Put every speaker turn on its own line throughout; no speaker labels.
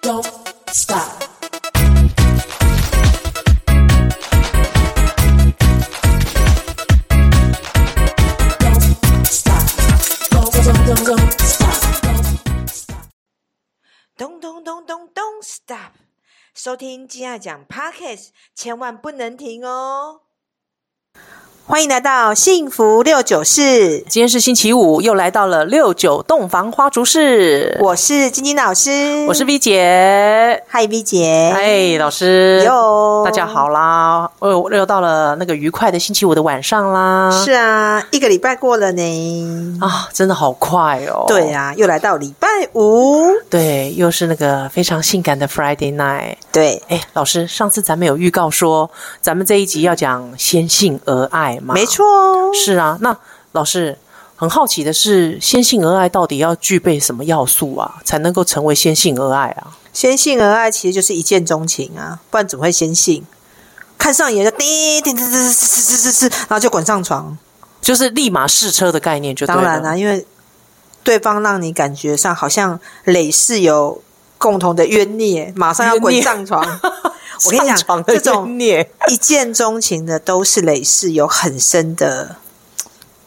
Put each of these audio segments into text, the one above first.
Don't stop. Don't stop. Don't, don't, don't, don't stop. Don't stop.
咚咚咚咚咚，stop！收听金爱讲 Podcast，千万不能停哦！欢迎来到幸福六九四，
今天是星期五，又来到了六九洞房花烛式。
我是晶晶老师，
我是 V 姐，
嗨 V 姐，
哎，老师，
哟，
大家好啦！哦，又到了那个愉快的星期五的晚上啦。
是啊，一个礼拜过了呢，
啊，真的好快哦。
对啊，又来到礼拜五，
对，又是那个非常性感的 Friday night。
对，
哎，老师，上次咱们有预告说，咱们这一集要讲先性而爱嘛？
没。错哦，
是啊，那老师很好奇的是，先性而爱到底要具备什么要素啊，才能够成为先性而爱啊？
先性而爱其实就是一见钟情啊，不然怎么会先性？看上眼就滴滴滴滴滴滴滴滴，然后就滚上床。
就是立马试车的概念就对了
当然啦、啊因为对方让你感觉上好像累世有共同的冤孽，马上要滚上床。我跟你
上
讲，
床的
这种
冤孽
一见钟情的都是累世有很深的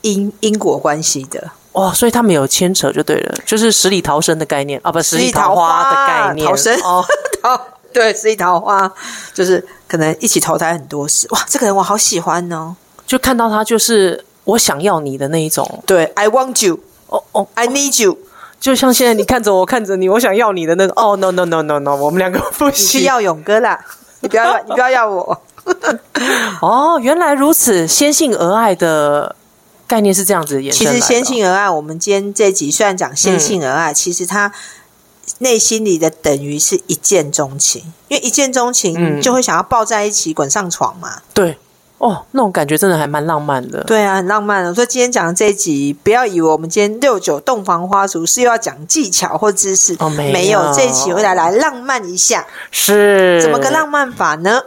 因 因果关系的，
哇，所以他们有牵扯就对了，就是十里逃生的概念啊，不，十
里
里桃花
桃
的
花
概念，
逃生
哦，
桃对，是一桃花，就是可能一起投胎很多次。哇，这个人我好喜欢哦，
就看到他就是我想要你的那一种，
对，I want you。
哦哦，
I need you，
就像现在你看着我，看着你，我想要你的那个，哦，no no no no no，我们两个不
你去
行。
要勇哥啦！你不要，你不要要我。
哦，原来如此，先性而爱的概念是这样子衍生
其
来的
实先性而爱，我们今天这集虽然讲先性而爱，其实他内心里的等于是一见钟情，因为一见钟情
嗯
就会想要抱在一起滚上床嘛。
对哦，那种感觉真的还蛮浪漫的。
对啊，很浪漫的。所以今天讲的这一集，不要以为我们今天六九洞房花烛是又要讲技巧或知识，
哦没有
有，这一集会来来浪漫一下，
是
怎么个浪漫法呢？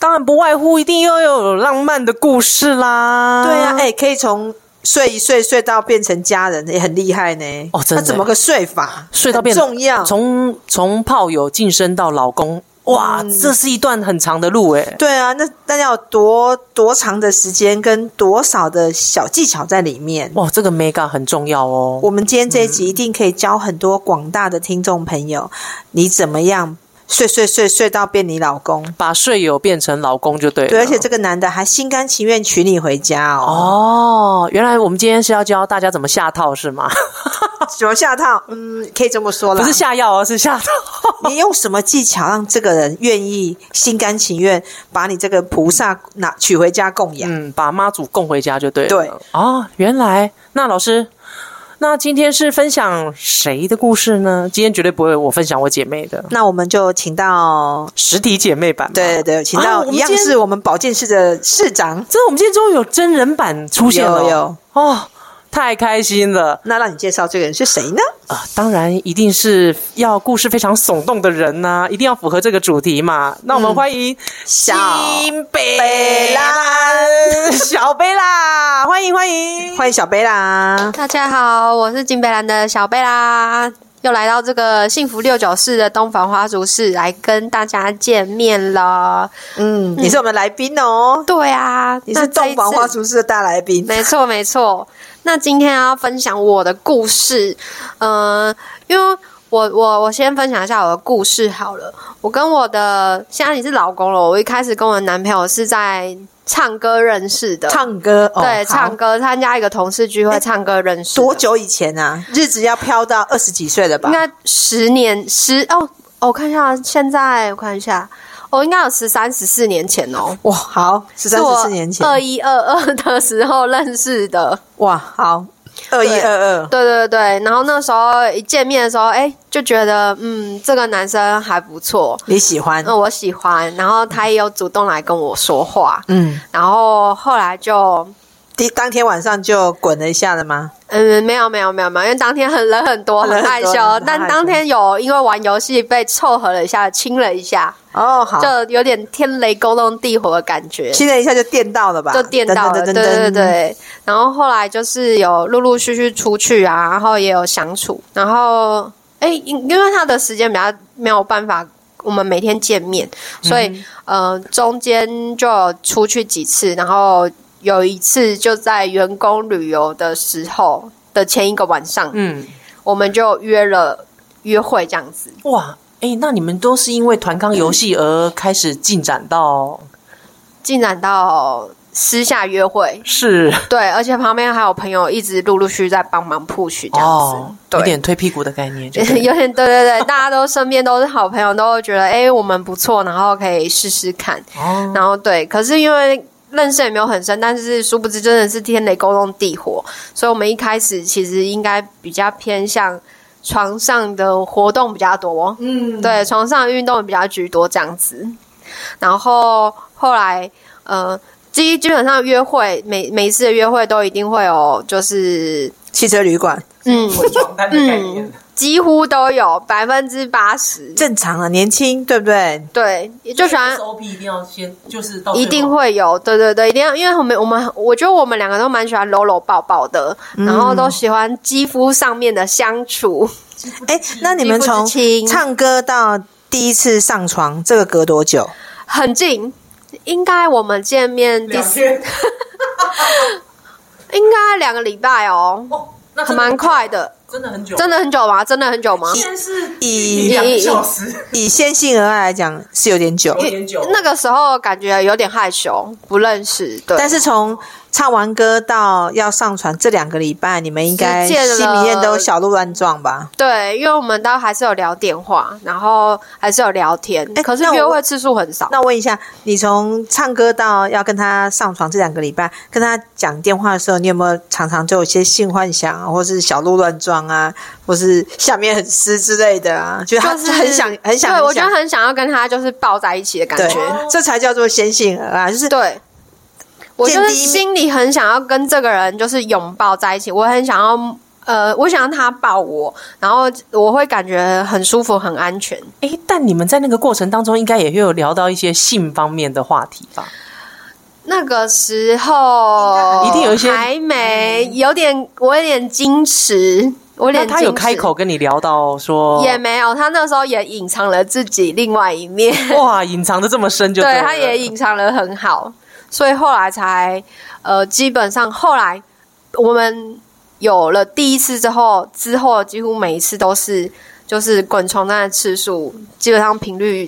当然不外乎一定要有浪漫的故事啦。
对啊，哎、可以从。睡一睡，睡到变成家人也很厉害呢。
哦真
那
的
怎么个睡法？
睡到变
很重要，
从从炮友晋升到老公，哇，
嗯
这是一段很长的路诶。
对啊，那那要多多长的时间跟多少的小技巧在里面？
哇，这个 mega 很重要哦。
我们今天这一集一定可以教很多广大的听众朋友，你怎么样睡睡睡睡到变你老公？
把睡友变成老公就对啊了。
对，而且这个男的还心甘情愿娶你回家哦。
哦，原来我们今天是要教大家怎么下套是吗？
什么下套？嗯，可以这么说啦。
哦不是下药哦，是下套。
你用什么技巧让这个人愿意心甘情愿把你这个菩萨拿娶回家供养？
嗯，把妈祖供回家就对了。
对
哦，原来那老师，那今天是分享谁的故事呢？今天绝对不会我分享我姐妹的
那我们就请到，
实体姐妹版嘛。
对对对，请
啊
到
我们
一样
今天
是我们保健室的市长。
这我们今天终于有真人版出现了，
有有
哦，太开心了
那让你介绍这个人是谁呢？
啊、当然，一定是要故事非常耸动的人呐、一定要符合这个主题嘛。那我们欢迎
小
新
贝
北
拉
嗯
兰小贝啦，欢迎欢迎
欢迎小贝啦！
大家好，我是金贝兰的小贝啦，又来到这个幸福六九四的东房花烛室来跟大家见面了。
嗯，你是我们来宾哦，
对啊，
你是
那这一
洞
次
房花烛式的大来宾。
没错，没错。那今天要分享我的故事，嗯、因为我我我先分享一下我的故事好了。我跟我的现在你是老公了，我一开始跟我的男朋友是在唱歌认识的，
唱歌哦，
对，
好
唱歌参加一个同事聚
哎
会唱歌认识的，
多久以前啊？日子要飘到二十几岁了吧
应？该十年十哦，我看一下，现在我看一下，哦，应该有十三十四年前哦，
哇，好，十三十四年前，
二一二二的时候认识的，
哇，好，二一二二，
对对对，然后那时候一见面的时候，哎，就觉得嗯，这个男生还不错，
你喜欢？
那我喜欢，然后他也有主动来跟我说话，
嗯，
然后后来就。
第当天晚上就滚了一下了吗？
嗯，没有没有没有没有，因为当天很人很多，
人
很害
很多
羞
人很，害
但
羞
当天有因为玩游戏被凑合了一下，亲了一下，
哦，好，
就有点天雷勾动地火的感觉，
亲了一下就电到了吧？
就电到了。
噔噔噔噔
对对
噔，
对，然后后来就是有陆陆续续出去啊，然后也有相处，然后哎、因因为他的时间比较没有办法，我们每天见面，所
嗯
以、呃，中间就有出去几次，然后有一次就在员工旅游的时候的前一个晚上，
嗯，
我们就约了约会这样子。
哇，哎，那你们都是因为团康游戏而开始进展到
进展到私下约会，
是
对，而且旁边还有朋友一直陆陆续续在帮忙 push 这样子，
哦，有
对。
点推屁股的概念，就对
有点对对对，大家都身边都是好朋友，都会觉得哎、诶我们不错，然后可以试试看。
哦，
然后对，可是因为认识也没有很深，但是殊不知真的是天雷勾动地火，所以我们一开始其实应该比较偏向床上的活动比较多，嗯，对，床上运动比较居多这样子。然后后来呃，基基本上约会每每一次的约会都一定会有，就是
汽车旅馆
嗯，
滚床单的概念
嗯几乎都有百分之八十。
正常啊，年轻对不对？
对，也就喜欢
SOP 一定要先就是
哦
到
一定会有，对对对，一定要，因为我们我们我觉得我们两个都蛮喜欢搂搂抱抱的，
嗯
然后都喜欢肌肤上面的相处。
哎，那你们从
亲
唱歌到第一次上床，这个隔多久？
很近，应该我们见面第四，应该两个礼拜哦，
哦，那
还蛮快，的，
真的很久
真的很久吗？真的很久吗？
然是
以
两个小
时，
以先性而爱来讲是有点久，
点久
那个时候感觉有点害羞，不认识，对，
但是从唱完歌到要上传这两个礼拜，你们应该
实践了
心里面都小鹿乱撞吧？
对，因为我们都还是有聊电话，然后还是有聊天，
哎
可是
那我
约会次数很少。
那我问一下，你从唱歌到要跟他上床这两个礼拜，跟他讲电话的时候，你有没有常常就有一些性幻想啊，或是小鹿乱撞啊，或是下面很湿之类的啊？觉得他
就是
很想很想，
对我
很
觉
想
得很想要跟他就是抱在一起的感
对
觉。，
这才叫做先性而爱，就是
对， 我就是
见第一面
心里很想要跟这个人就是拥抱在一起，我很想要。呃，我想让他抱我，然后我会感觉很舒服、很安全。
哎，但你们在那个过程当中，应该也会有聊到一些性方面的话题吧？
那个时候
一定有一些嗯
还没有点，我有点矜持，我有
那
点矜
他
持
有开口跟你聊到说，
也没有，他那时候也隐藏了自己另外一面。
哇，隐藏的这么深就
对
了
他也隐藏的很好，所以后来才呃，基本上后来我们有了第一次之后，之后几乎每一次都是就是滚床单的次数，基本上频率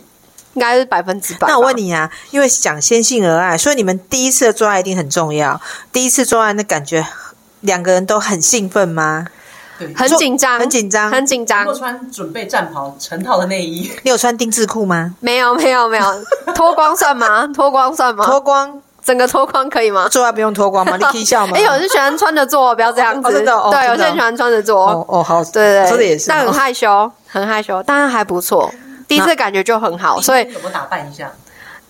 应该是百分之百。
那我问，你啊，因为讲先性而爱，所以你们第一次的做爱一定很重要。第一次做爱那感觉，两个人都很兴奋吗？
很紧张，
很紧张
很紧
如
张
果。穿准备战袍成套的内衣，
你有穿丁字裤吗？
没有没有没有，脱光 算吗？脱光算吗？
脱光
整个脱光可以吗？
做爱不用脱 光吗？你可以笑吗？
哎、我是喜欢穿着做，不要这样子。
哦真的哦真
对，
的
有些人喜欢穿着做。
哦哦好，
对对，
说的也是哦。
但很害羞，很害羞，但还不错。第一次感觉就很好，所以
怎么打扮一下？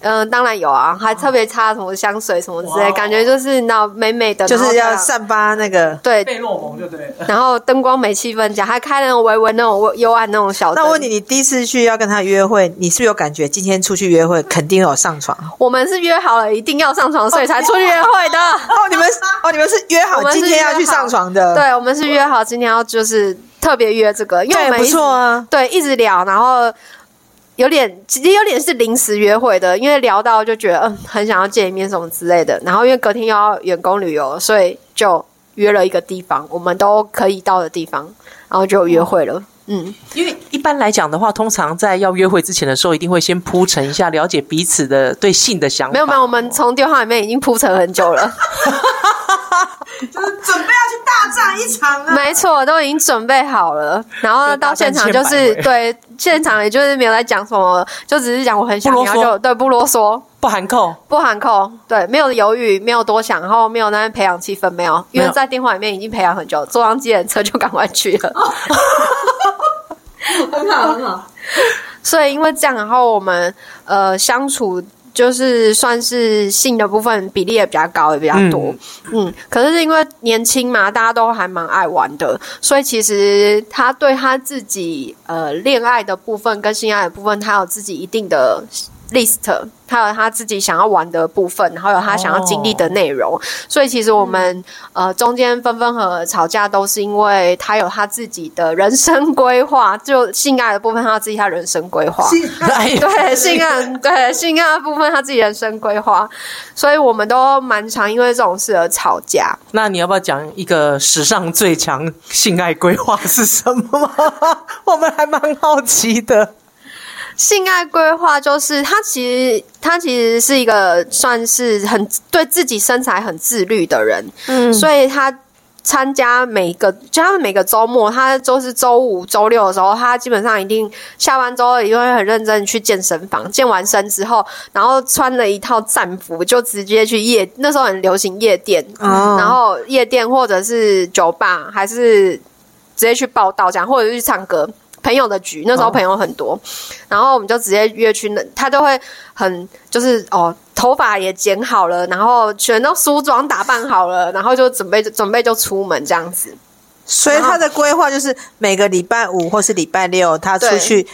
嗯、呃当然有啊，还特别擦什么香水什么之类，
哇哦
感觉就是那美美的，
就是
然后
要
它
散发那个。
对，
被落蒙就对了。
然后灯光美气氛加，还开那种微微那种幽暗那种小灯。
那我问你，，你第一次去要跟他约会，你是不是有感觉今天出去约会肯定有上床？
我们是约好了一定要上床，所以才出去约会的。
哦，你们哦，你们是约好
我们是
今天要去
约好
上床的，
对，我们是约好今天要就是特别约这个，因为我
对，
们
不
一直
错啊。
对，一直聊，然后有点其实有点是临时约会的，因为聊到就觉得嗯很想要见一面什么之类的，然后因为隔天又要员工旅游，所以就约了一个地方，我们都可以到的地方，然后就约会了。嗯，
因为一般来讲的话，通常在要约会之前的时候，一定会先铺陈一下，了解彼此的对性的想法。
没有没有，我们从电话里面已经铺陈很久了，
就是准备要去大战一场啊！
没错，都已经准备好了。然后到现场就
就打
是
算千
对现场，也就是没有在讲什么，就只是讲我很想
不
要，
啰嗦
就对不啰嗦，
不含扣，
不含扣，对，没有犹豫，没有多想，然后没有那边培养气氛，没有，
没
因为
有
在电话里面已经培养很久，坐上计程车就赶快去了。 很好，很好。 所以因为这样，然后我们呃相处就是算是性的部分比例也比较高，也比较多。嗯可是因为年轻嘛，大家都还蛮爱玩的，所以其实他对他自己呃恋爱的部分跟性爱的部分，他有自己一定的 list，还有他自己想要玩的部分，然后有他想要经历的内容。所以其实我们、呃中间分分合合吵架，都是因为他有他自己的人生规划，就性爱的部分他有自己他人生规划。
哎呀
对性爱，对性爱的部分他自己人生规划，所以我们都蛮常因为这种事而吵架。
那你要不要讲一个史上最强性爱规划是什么吗？ 我们还蛮好奇的。
性爱规划就是他其实他其实是一个算是很对自己身材很自律的人，嗯，所以他。参加每个，就他们每个周末，他就是周五、周六的时候，他基本上一定下班之后，一定会很认真地去健身房。健完身之后，然后穿了一套战服，就直接去夜，那时候很流行夜店，
哦
然后夜店或者是酒吧，还是直接去报道这样，或者是去唱歌。朋友的局，那时候朋友很多，然后我们就直接约去那，他就会很就是哦，头发也剪好了，然后全都梳妆打扮好了，然后就准备准备就出门这样子。
所以他的规划就是每个礼拜五或是礼拜六，他出去，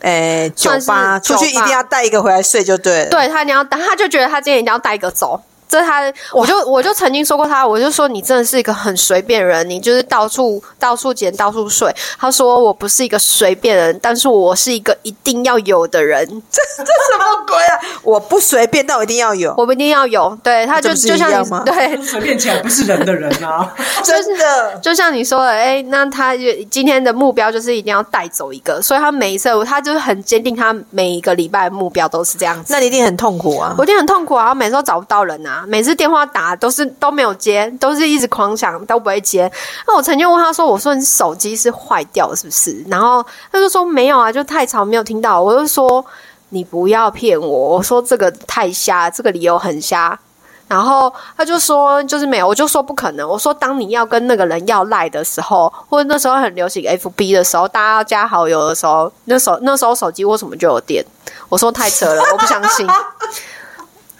呃，酒
算是
吧
酒
出
吧
去一定要带一个回来睡就对了。
对他一定要带，他就觉得他今天一定要带一个走。这是他，我就我就曾经说过他，我就说你真的是一个很随便的人，你就是到处到处捡到处睡。他说我不是一个随便人，但是我是一个一定要有的人，
什么鬼啊！我不随便，但我一定要有，
我们一定要有。对，他就
这不是
就
一
像
样
你
吗
对，
随便起来不是人的人 啊！
真的。
就像你说的，哎、那他就今天的目标就是一定要带走一个，所以他每一次他就是很坚定，他每一个礼拜的目标都是这样子。
那你一定很痛苦啊
我！一定很痛苦啊，我每次都找不到人啊，每次电话打都是都没有接，都是一直狂响都不会接。那我曾经问他说：“我说你手机是坏掉了是不是？”然后他就说：“没有啊，就太吵没有听到。”我就说：“你不要骗我！”我说：“这个太瞎，这个理由很瞎。”然后他就说就是没有，我就说不可能。我说当你要跟那个人要赖的时候，或者那时候很流行 FB 的时候，大家要加好友的时候，那时候那时候手机为什么就有电？我说太扯了，我不相信。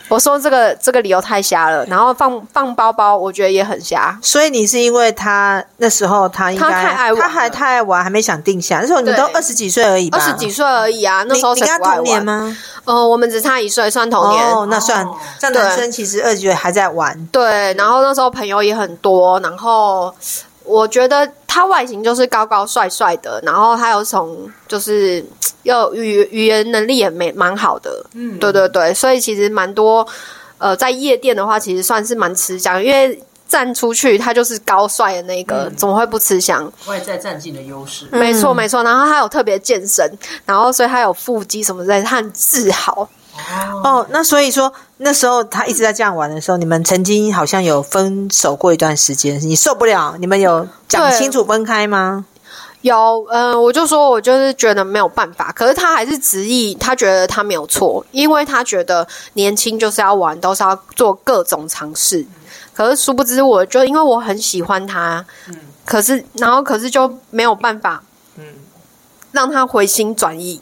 我说这个这个理由太瞎
嗯
了。然后放放包包，我觉得也很瞎。
所以你是因为他那时候他应该
他太爱玩
他
了
还太爱玩，还没想定下。那时候你
对
都二十几岁而已吧？
二十几岁而已啊，那
你
时候
你
谁
跟他
不爱
同年
玩？
吗？
呃，我们只差一岁，算同年。
哦，那算
哦，
这样男生其实二十几岁还在玩，
对，然后那时候朋友也很多，然后我觉得他外形就是高高帅帅的，然后他有从就是又语语言能力也没蛮好的，嗯，对对对，所以其实蛮多呃，在夜店的话，其实算是蛮吃香，因为站出去他就是高帅的那
嗯
个，怎么会不吃香？
外在占尽的优势，
没错没错，然后他有特别健身，然后所以他有腹肌什么之类的，他很自豪。
哦，那所以说那时候他一直在这样玩的时候，你们曾经好像有分手过一段时间，你受不了，你们有讲
对
清楚分开吗？
有，嗯、我就说我就是觉得没有办法，可是他还是执意，他觉得他没有错，因为他觉得年轻就是要玩，都是要做各种尝试。可是殊不知，我就因为我很喜欢他，可是然后可是就没有办法，让他回心转意。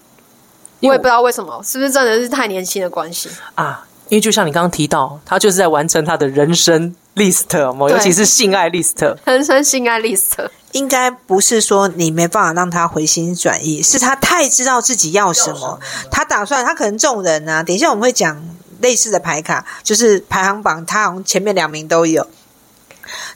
因
我
为
也不知道为什么，是不是真的是太年轻的关系？
啊，因为就像你刚刚提到，他就是在完成他的人生 list，有没有
对
尤其是性爱 list。
人生性爱 list，
应该不是说你没办法让他回心转意，是他太知道自己要什么，他打算他可能这种人啊，等一下我们会讲类似的牌卡，就是排行榜，他好像前面两名都有。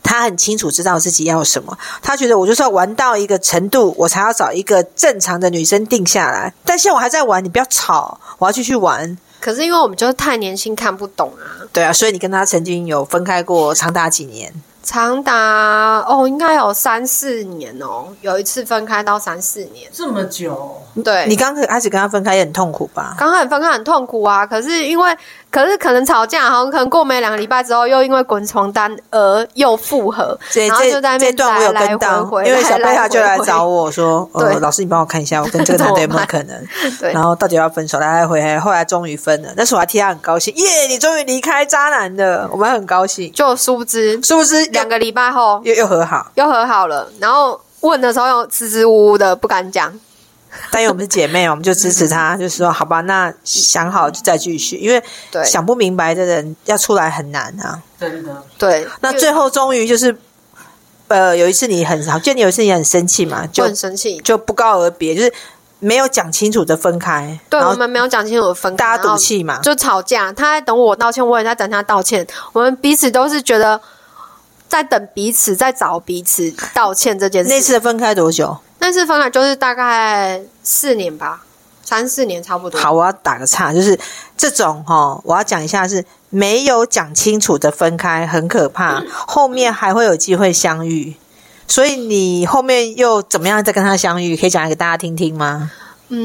他很清楚知道自己要什么，他觉得我就是要玩到一个程度，我才要找一个正常的女生定下来。但现在我还在玩，你不要吵，我要继续玩。
可是因为我们就是太年轻，看不懂啊。
对啊，所以你跟他曾经有分开过长达几年，
长达哦，应该有三四年哦，有一次分开到三四年。
这么久，
对，
你刚开始跟他分开也很痛苦吧？
刚开始分开很痛苦啊，可是因为可是可能吵架，好像可能过没两个礼拜之后，又因为滚床单而又复合，
这
然后
这
就在那
这
边
段我有
来
跟到
来回，回，
因为小贝
来
塔就来
回回
找我说：“呃，
对
老师，你帮我看一下，我 跟这个男的有没有可能
对？
然后到底要不要分手？来来回回，后来终于分了。那时候我还替他很高兴，耶！你终于离开渣男了，我们很高兴，
就殊不知
是不是？
两个礼拜后
又又和好，
又和好了，然后问的时候又支支吾吾的不敢讲，
但因为我们是姐妹，我们就支持他，就是说好吧，那想好就再继续，因为
对
想不明白的人要出来很难啊。
真的
对，
那最后终于就是，呃，有一次你很，好，就你有一次你很生气嘛，就
就很生气，
就不告而别，就是没有讲清楚的分开，
对
然
我
后
们没有讲清楚分开，
大家
然
赌
后
气嘛，
就吵架，他在等我道歉，我也在等他道歉，我们彼此都是觉得在等彼此，在找彼此道歉这件事。
那次的分开多久？
那次分开就是大概四年吧，三四年差不多。
好，我要打个岔，就是这种哈、哦，我要讲一下是没有讲清楚的分开很可
嗯
怕，后面还会有机会相遇，所以你后面又怎么样再跟他相遇？可以讲来给大家听听吗？
嗯，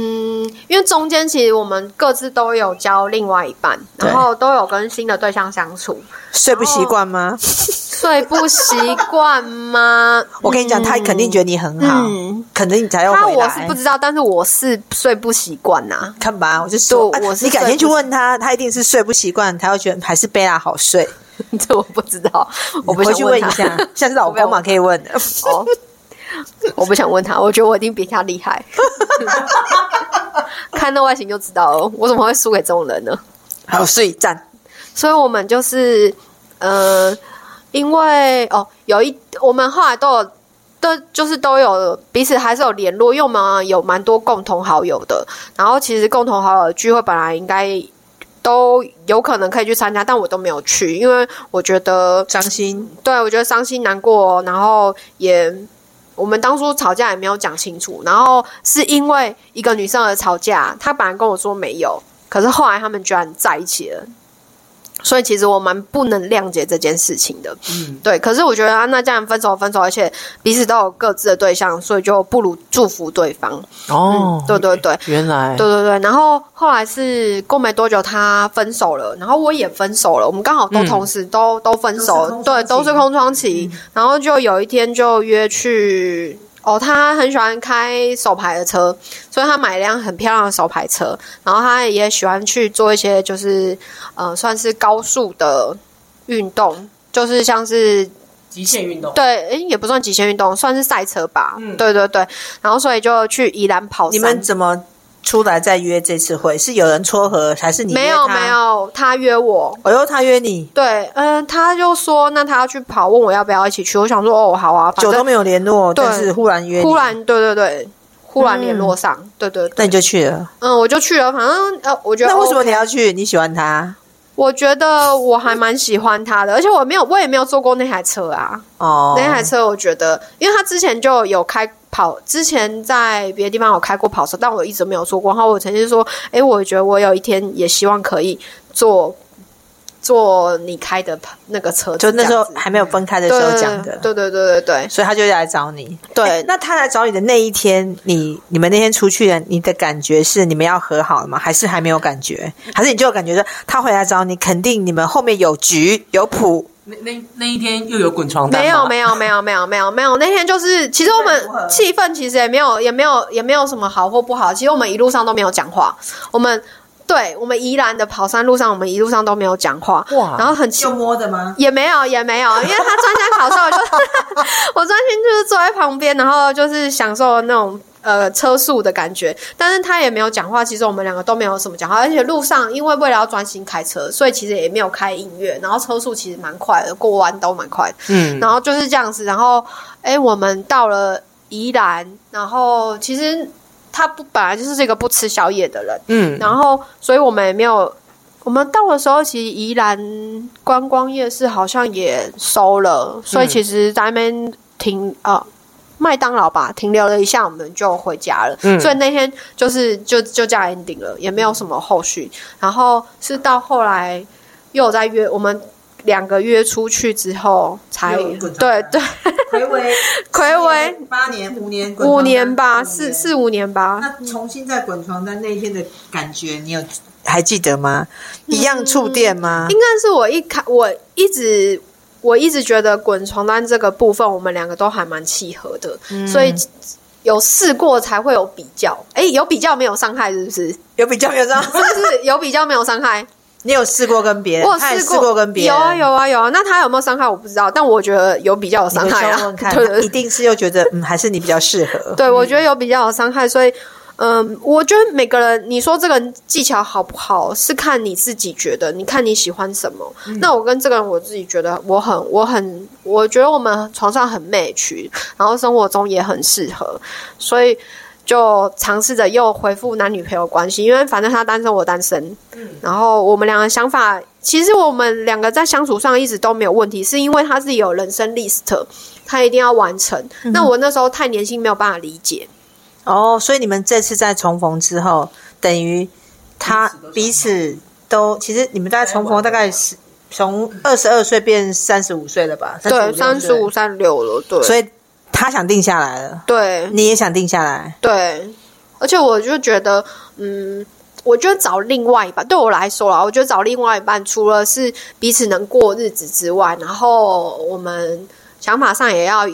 因为中间其实我们各自都有交另外一半，
对
然后都有跟新的对象相处，
睡不习惯
哦
吗？？
睡不习惯吗
我跟你讲，他肯定觉得你很好，
嗯
肯定你才要
他
回
我是
来
不。知道，但是我是睡不习惯呐。
看吧，我就说，
对
啊
我是
你改
睡
天
不
去问他，他一定是睡不习惯，他会觉得还是贝拉好睡。
这我不知道，我不
回
想
去问一
他
下， 下次老
我没有
公嘛
问
可以问的。
哦，我不想问他，我觉得我一定比他厉害。看那外形就知道了，我怎么会输给这种人呢？
好，所以赞，
所以我们就是，呃，因为哦，有一我们后来都有，都就是都有彼此还是有联络，因为我们有蛮多共同好友的。然后其实共同好友的聚会本来应该都有可能可以去参加，但我都没有去，因为我觉得
张欣
对，我觉得伤心难过，然后也我们当初吵架也没有讲清楚，然后是因为一个女生而吵架，她本来跟我说没有，可是后来他们居然在一起了。所以其实我蛮不能谅解这件事情的，嗯，对。可是我觉得啊，那这样分手分手，而且彼此都有各自的对象，所以就不如祝福对方。
哦，
嗯对对对，
原来
对对对，然后后来是过没多久，他分手了，然后我也分手了，我们刚好都同时都、都分手，对，都是空窗嗯期。然后就有一天就约去，哦，他很喜欢开手牌的车，所以他买一辆很漂亮的手牌车，然后他也喜欢去做一些就是呃，算是高速的运动，就是像是
极限运动，
对，诶也不算极限运动，算是赛车吧。对对对，然后所以就去宜兰跑山。
你们怎么出来再约这次会？是有人撮合，还是你约
没有
他
没？有，他约我。
哎呦，他约你，
对，嗯，他就说那他要去跑，问我要不要一起去。我想说哦，好啊，反
久都
正
没有联络，
对
但是忽然约你，
忽然，对对对，忽然联络上，对对
那
对，
你就去了。
嗯，我就去了。反正呃，我觉得
那为什么
OK
你要去？你喜欢他
我觉得我还蛮喜欢他的，而且我没有，我也没有坐过那台车啊。
哦？
那台车我觉得，因为他之前就有开跑，之前在别的地方有开过跑车，但我一直没有做过。然后我曾经说，诶，我觉得我有一天也希望可以坐坐你开的跑那个车子，
就那时候
这样子
还没有分开的时候讲的，
对对对对对
所以他就来找你。
对
那他来找你的那一天，你你们那天出去的，你的感觉是你们要和好了吗？还是还没有感觉？还是你就有感觉说他回来找你，肯定你们后面有局有谱？
那那那一天又有滚床单吗，
没有没有没有没有没有没有，那天就是其实我
如何
们气氛其实也没有也没有也没有什么好或不好，其实我们一路上都没有讲话，我们对我们宜兰的跑山路上，我们一路上都没有讲话，
哇
然后很奇
摸的吗？
也没有，也没有，因为他专家考试，我就 我专心就是坐在旁边，然后就是享受那种呃车速的感觉。但是他也没有讲话，其实我们两个都没有什么讲话，而且路上因为为了要专心开车，所以其实也没有开音乐，然后车速其实蛮快的，过弯都蛮快的。
嗯，
然后就是这样子，然后哎、我们到了宜兰，然后其实他不本来就是一个不吃宵夜的人，
嗯，
然后，所以我们也没有，我们到的时候，其实宜兰观光夜市好像也收了，所以其实在那边停啊，麦当劳吧停留了一下，我们就回家了。
嗯
所以那天就是就就这样 ending 了，也没有什么后续。然后是到后来又有在约我们。两个约出去之后才
又有一个长
对
大
对，
暌违
暌违
八年、五年、
五年吧，四四五年吧，
那重新在滚床单那一天的感觉，你有嗯还记得吗？一样触电吗？
应该是我一开，我一直我一直觉得滚床单这个部分，我们两个都还蛮契合的，
嗯
所以有试过才会有比较。哎、有比较没有伤害，是不 是？是
有比较没有这样？
不是有比较没有伤害？
你有试过跟别人？
我有
他也
试
试过跟别人？
有啊有啊有啊。那他有没有伤害我不知道，但我觉得有比较有
你
伤
回去
害
要
啊
问。问看，
对对
他
对
一定是又觉得嗯，还是你比较适合。
对，我觉得有比较有伤害，所以。嗯，我觉得每个人，你说这个人技巧好不好，是看你自己觉得，你看你喜欢什么。那我跟这个人，我自己觉得我很，我很，我觉得我们床上很 match，然后生活中也很适合，所以就尝试着又恢复男女朋友关系，因为反正他单身，我单身。然后我们两个想法，其实我们两个在相处上一直都没有问题，是因为他自己有人生 list，他一定要完成。
嗯
那我那时候太年轻，没有办法理解。
哦，所以你们这次在重逢之后，等于他彼此都，其实你们大概重逢大概是从二十二岁变三十五岁了吧？
对，三十五、
35
三十六了，对，
所以他想定下来了，
对
你也想定下来，
对，而且我就觉得，嗯，我觉得找另外一半对我来说啦，我觉得找另外一半，除了是彼此能过日子之外，然后我们想法上也要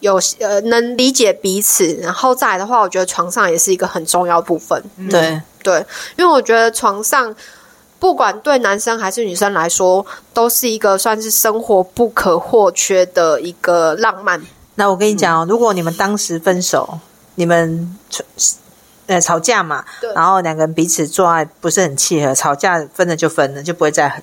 有呃能理解彼此，然后再来的话，我觉得床上也是一个很重要部分，
对，
对，因为我觉得床上。不管对男生还是女生来说，都是一个算是生活不可或缺的一个浪漫
那我跟你讲哦，如果你们当时分手，你们呃吵架嘛
对，
然后两个人彼此做爱不是很契合，吵架分了就分了，就不会再在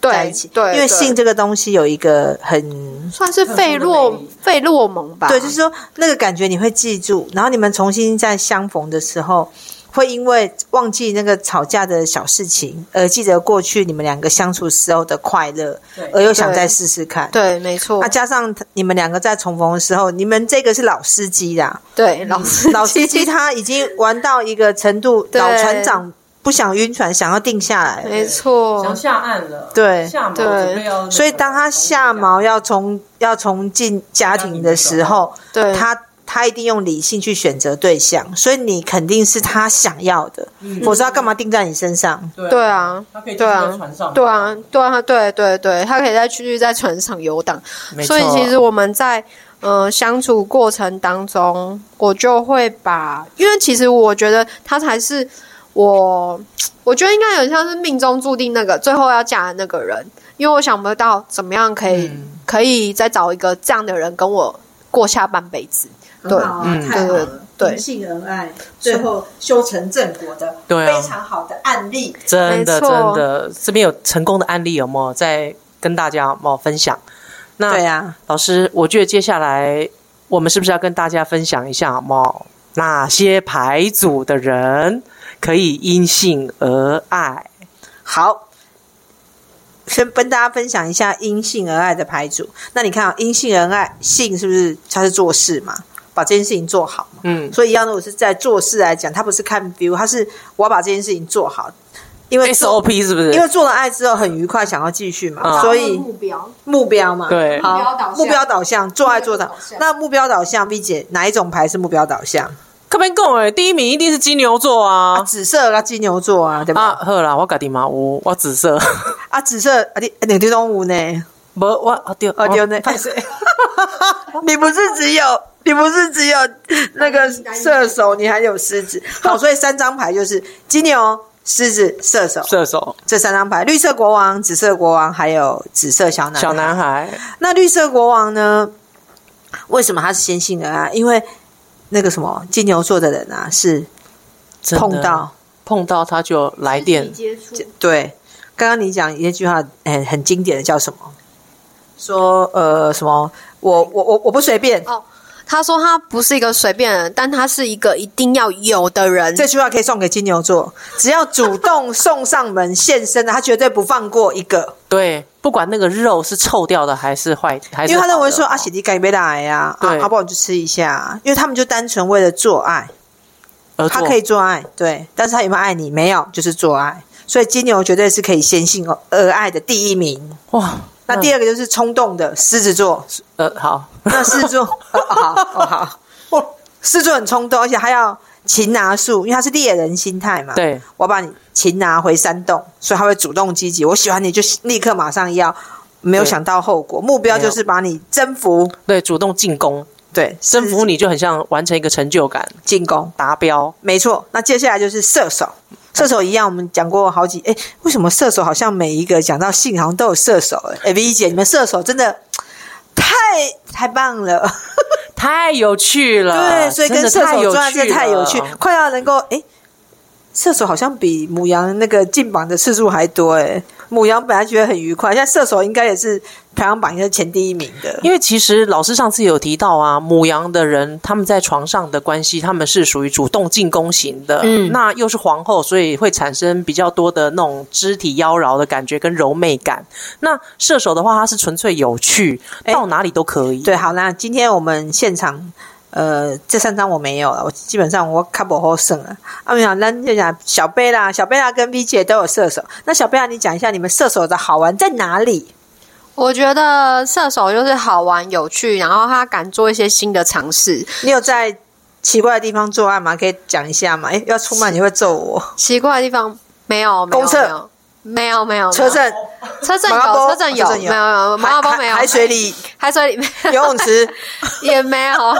对
一起。
对，
因为
对
性这个东西有一个很。
算是费洛费洛蒙吧，
对，就是说那个感觉你会记住，然后你们重新在相逢的时候，会因为忘记那个吵架的小事情，而记得过去你们两个相处时候的快乐，而又想再试试看。
对，没错，
那、加上你们两个在重逢的时候，你们这个是老司机 啦，
对老师
老司机他已经玩到一个程度，
对
老船长不想晕船，想要定下来。
没错
想，下岸了，
对
下锚
对
准备要那个，
所以当他下锚要重要重进家庭的时候，
对，
他他一定用理性去选择对象，所以你肯定是他想要的，否则他干嘛定在你身上？
对
对，啊，
他可以继续
对
在
啊。
船上，
对啊，对啊，对对对，他可以在区域在船上游荡，
没错
所以其实我们在呃相处过程当中，我就会把，因为其实我觉得他才是我，我觉得应该有点像是命中注定那个最后要嫁的那个人，因为我想不到怎么样
哎
可
嗯
以、
嗯
可以再找一个这样的人跟我过下半辈子。对，
啊
嗯
太好了对对对因
性恩爱，最后修成正果的，
对啊非
常好的案例。
真的
没错
真的，这边有成功的案例有没有在跟大家有没有分享？那
对啊，
老师，我觉得接下来我们是不是要跟大家分享一下有没有哪些牌组的人可以因性而爱？
好，先跟大家分享一下因性而爱的牌组。那你看啊，因性而爱，性是不是它是做事嘛？把这件事情做好嘛。
嗯，
所以一样的，我是在做事来讲，它不是看 view，它是我要把这件事情做好，因为做
SOP 是不
因
是
为？做了爱之后很愉快，想要继续嘛，
嗯
啊
所以
目标
目标嘛，
对
好
目标导向
目标导向做爱做
目
到
标导。向
那目标导向，V 姐哪一种牌是目标导向？
可别讲哎，第一名一定是金牛座
啊，
啊！
紫色啊，金牛座啊，对
啊，
吧？
好啦，我家己嘛有，我紫色，
啊，紫色啊，你你这种五呢？
无我啊对
哦，丢呢？
我
拍谁？ 你不是只有你不是只有那个射手，你还有狮子。 好，所以三张牌就是金牛、狮子、射手
射手
这三张牌，绿色国王、紫色国王，还有紫色小男
小男孩，
那绿色国王呢？为什么他是先性的啊？因为那个什么金牛座的人啊，是
真的
碰到
碰到他就来电，
接触
对。刚刚你讲一句话，很很经典的叫什么？说呃什么？我我我我不随便。
哦。他说他不是一个随便人，但他是一个一定要有的人。
这句话可以送给金牛座，只要主动送上门现身啊的，他绝对不放过一个，
对，不管那个肉是臭掉的还是坏，还是
因为他认为
好的
说啊，喜力改没来呀，啊，
对
要不然你就吃一下啊，因为他们就单纯为了做爱，
而
他
做
可以做爱，对，但是他有没有爱你？没有，就是做爱。所以金牛绝对是可以先性而爱的第一名。
哇，
那第二个就是冲动的狮子座，
呃好，
那狮 子座哦好哦好，哦狮子座很冲动，而且还要擒拿术，因为他是猎人心态嘛。，
对，
我要把你擒拿回山洞，所以他会主动积极。我喜欢你就立刻马上要，没有
对
想到后果，目标
没有
就是把你征服，
对，主动进攻，
对，
征服
你
你就很像完成一个成就感，
进攻。
达标。
没错，那接下来就是射手。射手一样，我们讲过好几哎，为什么射手好像每一个讲到性好像都有射手？哎，V 姐，你们射手真的太太棒 了，
太有趣了，
对，所以跟
啊真的
射
太
手
有
做爱真的太有
了
趣，快要能够哎，射手好像比母羊那个进榜的次数还多哎，母羊本来觉得很愉快，现在射手应该也是排行榜应该是前第一名的。
因为其实老师上次有提到啊，母羊的人他们在床上的关系，他们是属于主动进攻型的，
嗯
那又是皇后，所以会产生比较多的那种肢体妖娆的感觉跟柔媚感。那射手的话，他是纯粹有趣，
哎
到哪里都可以。
对，好，那今天我们现场，呃，这三张我没有了，我基本上我卡不好胜了。啊，没有，那就讲小贝啦，小贝啦跟 V 姐都有射手。那小贝啦，你讲一下你们射手的好玩在哪里？
我觉得射手就是好玩有趣，然后他敢做一些新的尝试。
你有在奇怪的地方做爱吗？可以讲一下吗？哎，要出卖你会揍我。
奇怪的地方没有，没有
公厕
没有没有没有
车震，
车震
马拉
有
波
车震有
车
没
震有
有没
海
有马拉波没有
海海水里、
海水里面
游泳池、
也没有，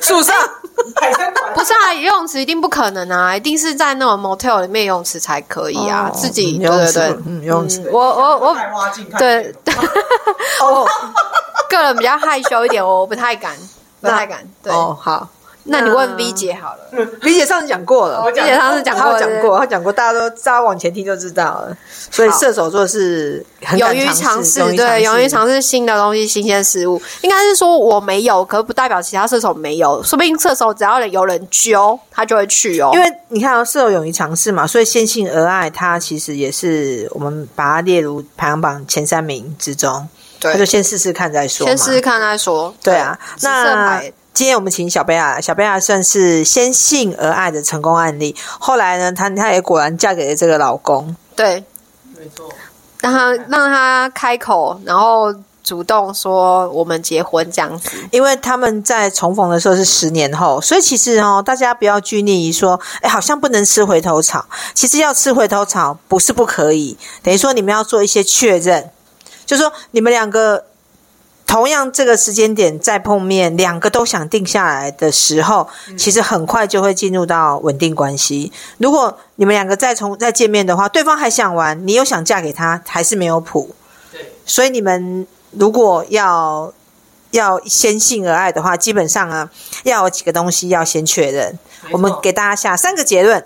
树上，
不是啊，游泳池一定不可能啊，一定是在那种 motel 里面游泳池才可以啊，自
嗯
己对
游泳
对
池
对，
嗯游泳池
我我我对，
哦，
个人比较害羞一点，我不太敢，不太敢。对，
哦，好。
那你问
那
V 姐好了。
李姐上次讲过了，
V 姐上次讲
他
过
有
了，
讲过，他讲过，大家都大家往前听就知道了。所以
好
射手座是很敢
勇于尝
试
试，，对，勇于
试。
尝试新的东西、新鲜事物。应该是说我没有，可不代表其他射手没有，说不定射手只要有人揪，他就会去哦。
因为你看、哦，射手勇于尝试嘛，所以先性而爱，它其实也是我们把它列入排行榜前三名之中。
对
他就先试试看再说嘛。
先试试看再说。
对啊，
紫色
那
牌
今天我们请小贝亚，小贝亚算是先性而爱的成功案例。后来呢，她她也果然嫁给了这个老公。
对，没错，让他
嗯
让他开口，然后主动说我们结婚这样子。
因为他们在重逢的时候是十年后，所以其实哦，大家不要拘泥于说，哎，好像不能吃回头草。其实要吃回头草不是不可以，等于说你们要做一些确认，就说你们两个同样这个时间点再碰面，两个都想定下来的时候，其实很快就会进入到稳定关系。如果你们两个再重再见面的话，对方还想玩，你又想嫁给他，还是没有谱。对，所以你们如果要要先性而爱的话，基本上啊，要有几个东西要先确认。我们给大家下三个结论。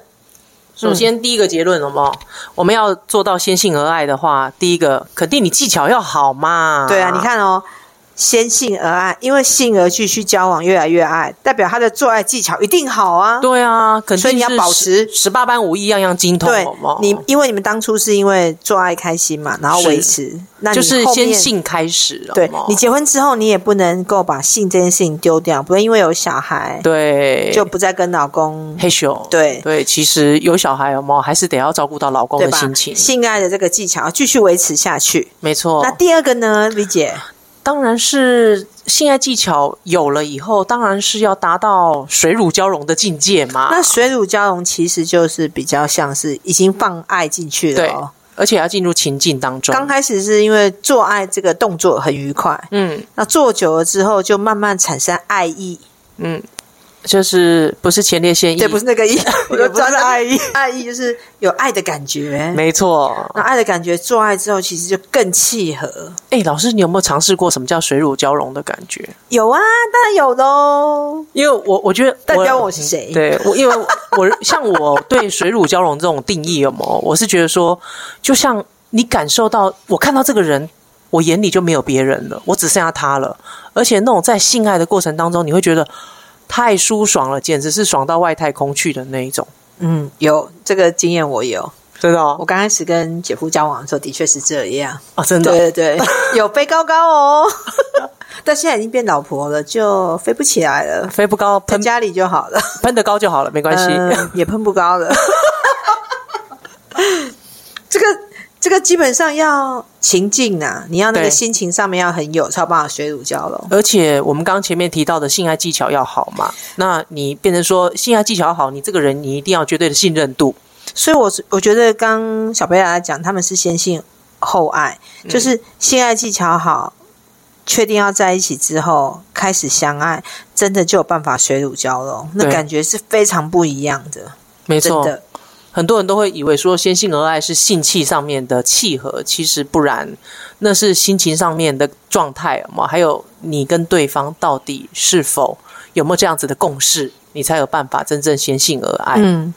首先第一个结论，好不好？我们要做到先性而爱的话，第一个肯定你技巧要好嘛。
对啊，你看哦，先性而爱，因为性而继续交往，越来越爱，代表他的做爱技巧一定好啊。
对啊，肯定
所以你要保持
十八般武艺，样样精通。
对
好不好
你，因为你们当初是因为做爱开心嘛，然后
是
维持，那你
就是
后
先哦
面
性开始。
对
好不好
你结婚之后，你也不能够把性这件事情丢掉，不会因为有小孩
对
就不再跟老公
嘿咻，
对
对，其实有小孩有没有，还是得要照顾到老公
对
的
吧
心？情。
性爱的这个技巧啊继续维持下去。
没错
那，第二个呢，李姐？
当然是性爱技巧有了以后，当然是要达到水乳交融的境界嘛。
那水乳交融其实就是比较像是已经放爱进去了、
对
哦。，
而且要进入情境当中。
刚开始是因为做爱这个动作很愉快，
嗯
那做久了之后就慢慢产生爱意，
嗯，就是不是前列腺液？
对，不是那 个意，我
就抓着爱
意，爱意就是有爱的感觉。
没错。
那爱的感觉，做爱之后其实就更契合。
哎，老师，你有没有尝试过什么叫水乳交融的感觉？
有啊，当然有喽。
因为我我觉得
大家我是谁
对我，因为我 像我对水乳交融这种定义有没有？我是觉得说，就像你感受到，我看到这个人，我眼里就没有别人了，我只剩下他了。而且那种在性爱的过程当中，你会觉得太舒爽了，简直是爽到外太空去的那一种，
嗯，有这个经验我有。
真的哦
我，刚开始跟姐夫交往的时候，的确是这样。
啊真的哦
对对对，有飞高高哦， 但现在已经变老婆了，就飞不起来了，
飞不高，
在
喷
家里就好了。
喷得高就好了，没关系。
嗯也喷不高了。 这个这个基本上要情境啊，你要那个
对
心情上面要很有，才有办法水乳交融。
而且我们刚刚前面提到的性爱技巧要好嘛，那你变成说性爱技巧好，你这个人你一定要有绝对的信任度，
所以我，我觉得刚小贝来讲，他们是先性后爱，
嗯
就是性爱技巧好，确定要在一起之后开始相爱，真的就有办法水乳交融，那
对
感觉是非常不一样的，
没
真
错。
的。
很多人都会以为说先性而爱是性气上面的契合，其实不然，那是心情上面的状态嘛。还有你跟对方到底是否有没有这样子的共识，你才有办法真正先性而爱。
嗯，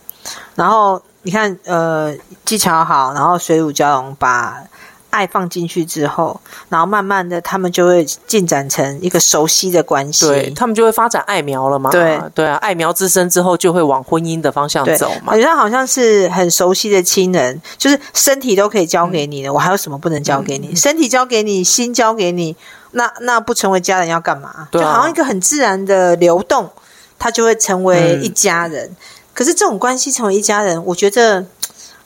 然后你看，呃，技巧好，然后水乳交融，把爱放进去之后，然后慢慢的他们就会进展成一个熟悉的关系。
对他们就会发展爱苗了嘛？
对
对啊，爱苗滋生之后就会往婚姻的方向
对
走嘛
好。像好像是很熟悉的亲人，就是身体都可以交给你
嗯
的，我还有什么不能交给你？身体交给你，心交给你，那那不成为家人要干嘛？
对啊
就好像一个很自然的流动，他就会成为
嗯
一家人。可是这种关系成为一家人，我觉得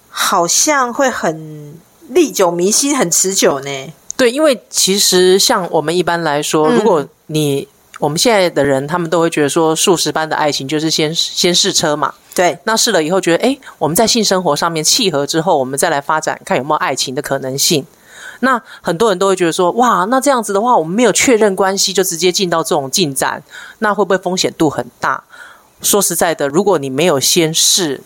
好像会很历久弥新，很持久呢。
对，因为其实像我们一般来说，
嗯
如果你我们现在的人，他们都会觉得说，素食般的爱情就是先先试车嘛。
对
那试了以后，觉得诶，我们在性生活上面契合之后，我们再来发展，看有没有爱情的可能性。那很多人都会觉得说，哇，那这样子的话，我们没有确认关系就直接进到这种进展，那会不会风险度很大？说实在的，如果你没有先试，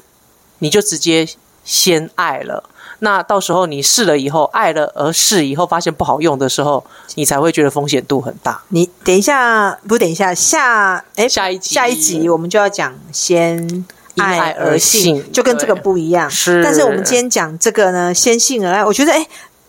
你就直接先爱了。那到时候你试了以后，爱了而试以后发现不好用的时候，你才会觉得风险度很大。
你等一下，不等一下，下哎
下一集
下一集我们就要讲先
因
爱
爱
而
而
性，
性
就跟这个
对
不一样。
是
但是我们今天讲这个呢，先性而爱，我觉得哎，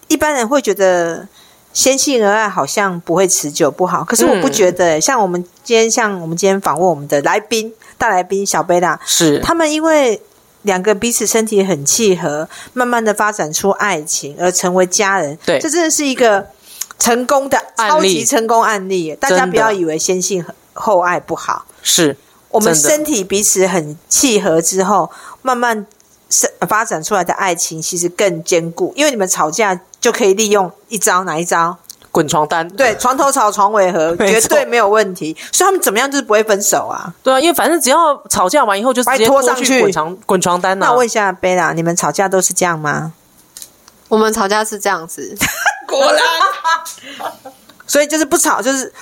一般人会觉得先性而爱好像不会持久不好，可是我不
嗯
觉得、像我们今天，像我们今天访问我们的来宾大来宾小贝拉，
是
他们因为两个彼此身体很契合，慢慢的发展出爱情，而成为家人。
对
这真的是一个成功的
案
超
例
级成功案例耶。大家
真的
不要以为先性后爱不好，
是，
我们
真的
身体彼此很契合之后，慢慢是发展出来的爱情其实更坚固，因为你们吵架就可以利用一招哪一招？
滚床单。
对，床头吵，床尾和，
没
绝
错
对没有问题。所以他们怎么样就是不会分手啊。
对啊，因为反正只要吵架完以后，就直
把你
接
拖
拖
上去
滚床滚床单啊呐、
那我问一下贝拉，你们吵架都是这样吗？
我们吵架是这样子，
果然，所以就是不吵，就是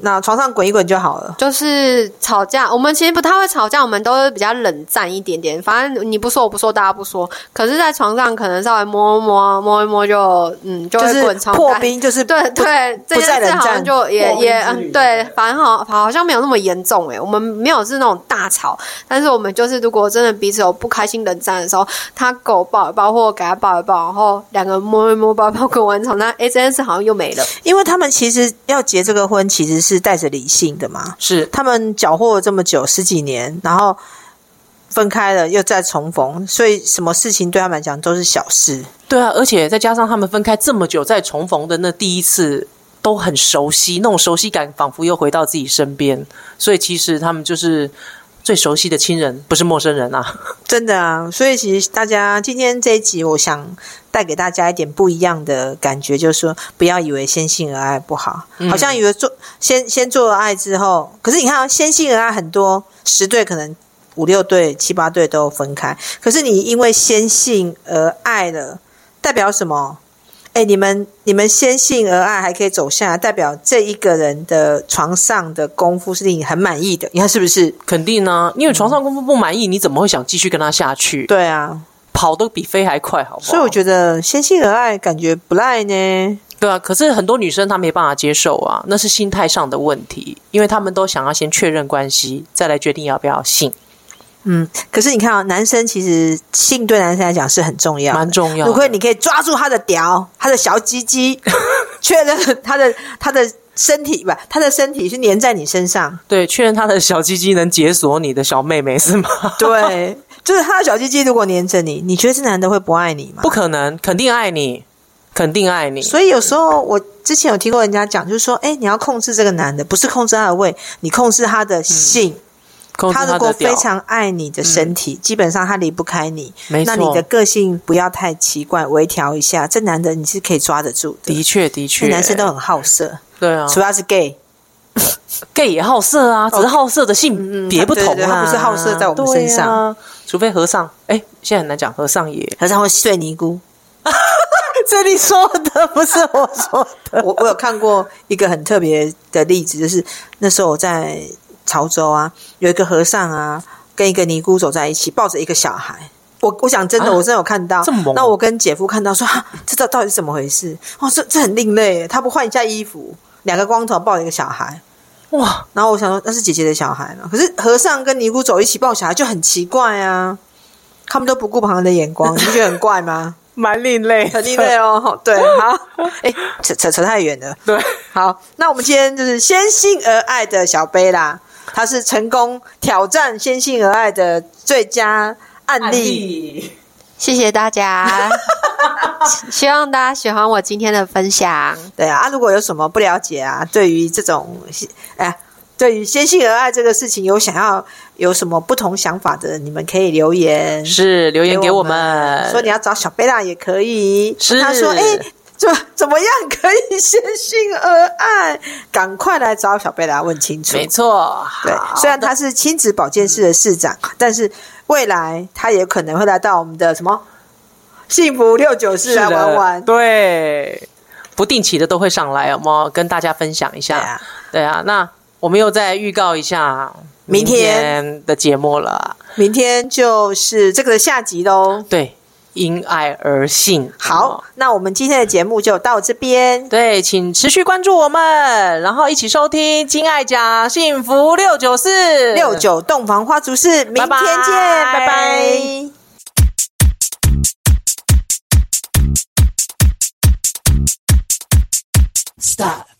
那床上滚一滚就好了。
就是吵架，我们其实不太会吵架，我们都是比较冷战一点点。反正你不说我不说，大家不说。可是，在床上可能稍微摸一摸摸一摸就嗯，就
就
会
是
滚床
破
单。
冰，就是
对对，这
不再
件事
冷
好像
战
就也
破冰
也
之旅
嗯对，反正好好像没有那么严重欸诶、我们没有是那种大吵，但是我们就是如果真的彼此有不开心冷战的时候，他狗抱一抱，或我给他抱一抱，然后两个摸一摸抱一抱滚完床，那诶这件事好像又没了。
因为他们其实要结这个婚，其实是带着理性的嘛。
是
他们搅和了这么久，十几年，然后分开了，又再重逢，所以什么事情对他们来讲都是小事。
对啊，而且再加上他们分开这么久，再重逢的那第一次都很熟悉，那种熟悉感仿佛又回到自己身边，所以其实他们就是最熟悉的亲人，不是陌生人啊。
真的啊，所以其实大家今天这一集，我想带给大家一点不一样的感觉，就是说，不要以为先性而爱不好，好像以为做先先做了爱之后，可是你看、啊，先性而爱很多十对可能五六对、七八对都分开，可是你因为先性而爱了，代表什么？哎，你们你们先性而爱还可以走下来，代表这一个人的床上的功夫是令你很满意的，你看是不是？
肯定啊，因为床上功夫不满意，你怎么会想继续跟他下去？
对啊，
跑得比飞还快，好不好？
所以我觉得先性而爱感觉不赖呢。
对啊，可是很多女生她没办法接受啊，那是心态上的问题，因为她们都想要先确认关系，再来决定要不要性，
嗯，可是你看啊、男生其实性对男生来讲是很重要的，
蛮重要的
如果你可以抓住他的屌，他的小鸡 鸡，确认他的他的身体吧，他的身体是粘在你身上，
对，确认她的小鸡鸡能解锁你的小妹妹是吗？
对，啊就是他的小鸡鸡如果粘着你，你觉得这男的会不爱你吗
不？可能，肯定爱你，肯定爱你。
所以有时候我之前有听过人家讲，就是说，哎，你要控制这个男的，不是控制他的胃，你控制他的性。
控制
他
哦他
如果
的
非
屌，嗯
常爱你的身体，基本上他离不开你。
没
那
错
你的个性不要太奇怪，微调一下。这男的你是可以抓得住的，
的确的
因
确，
为男生都很好色，
对啊
除非他是 gay，
，gay 也好色啊，只是好色的性别不同
对对对
啊，
嗯他不是好色在我们身上
对啊，除非和尚。哎，现在很难讲和尚也，
可是他会睡尼 姑。 这你说的不是我说的。我我有看过一个很特别的例子，就是那时候我在潮州啊，有一个和尚啊，跟一个尼姑走在一起，抱着一个小孩。我我想真的，
啊
我真的有看到。
这么猛哦
那我跟姐夫看到说，啊、这到到底是怎么回事？哦，这这很另类耶，他不换一下衣服，两个光头抱一个小孩。
哇，
然后我想说，那是姐姐的小孩嘛？可是和尚跟尼姑走一起抱小孩就很奇怪啊。他们都不顾旁人的眼 光，你不觉得很怪吗？
蛮另类，
很另类哦。好 对，好，哎，扯扯扯太远了。
对，
好，那我们今天就是先性而爱的小杯啦，他是成功挑战先性而爱的最佳案例。
谢谢大家，希望大家喜欢我今天的分享。
对啊，啊，如果有什么不了解啊，对于这种，哎，对于先性而爱这个事情，有想要有什么不同想法的，你们可以留言，
是留言给
说
我
你
们，
要找小贝拉也可以。
呃是
他说，哎、怎怎么样可以先性而爱？赶快来找小贝拉问清楚。
没错，
对，
好
虽然他是亲子保健室的市长，但是未来他也可能会来到我们的什么幸福六九四
是
来
的
玩玩。
对，不定期的都会上来，有没有跟大家分享一下？
对啊
对啊那我们又再预告一下
明天
天的节目了。
明天就是这个的下集喽。
对，因爱而性。
好，那我们今天的节目就到这边，
对，请持续关注我们，然后一起收听《金爱奖幸福六九四
六九洞房花烛事，明天见，
拜拜
拜拜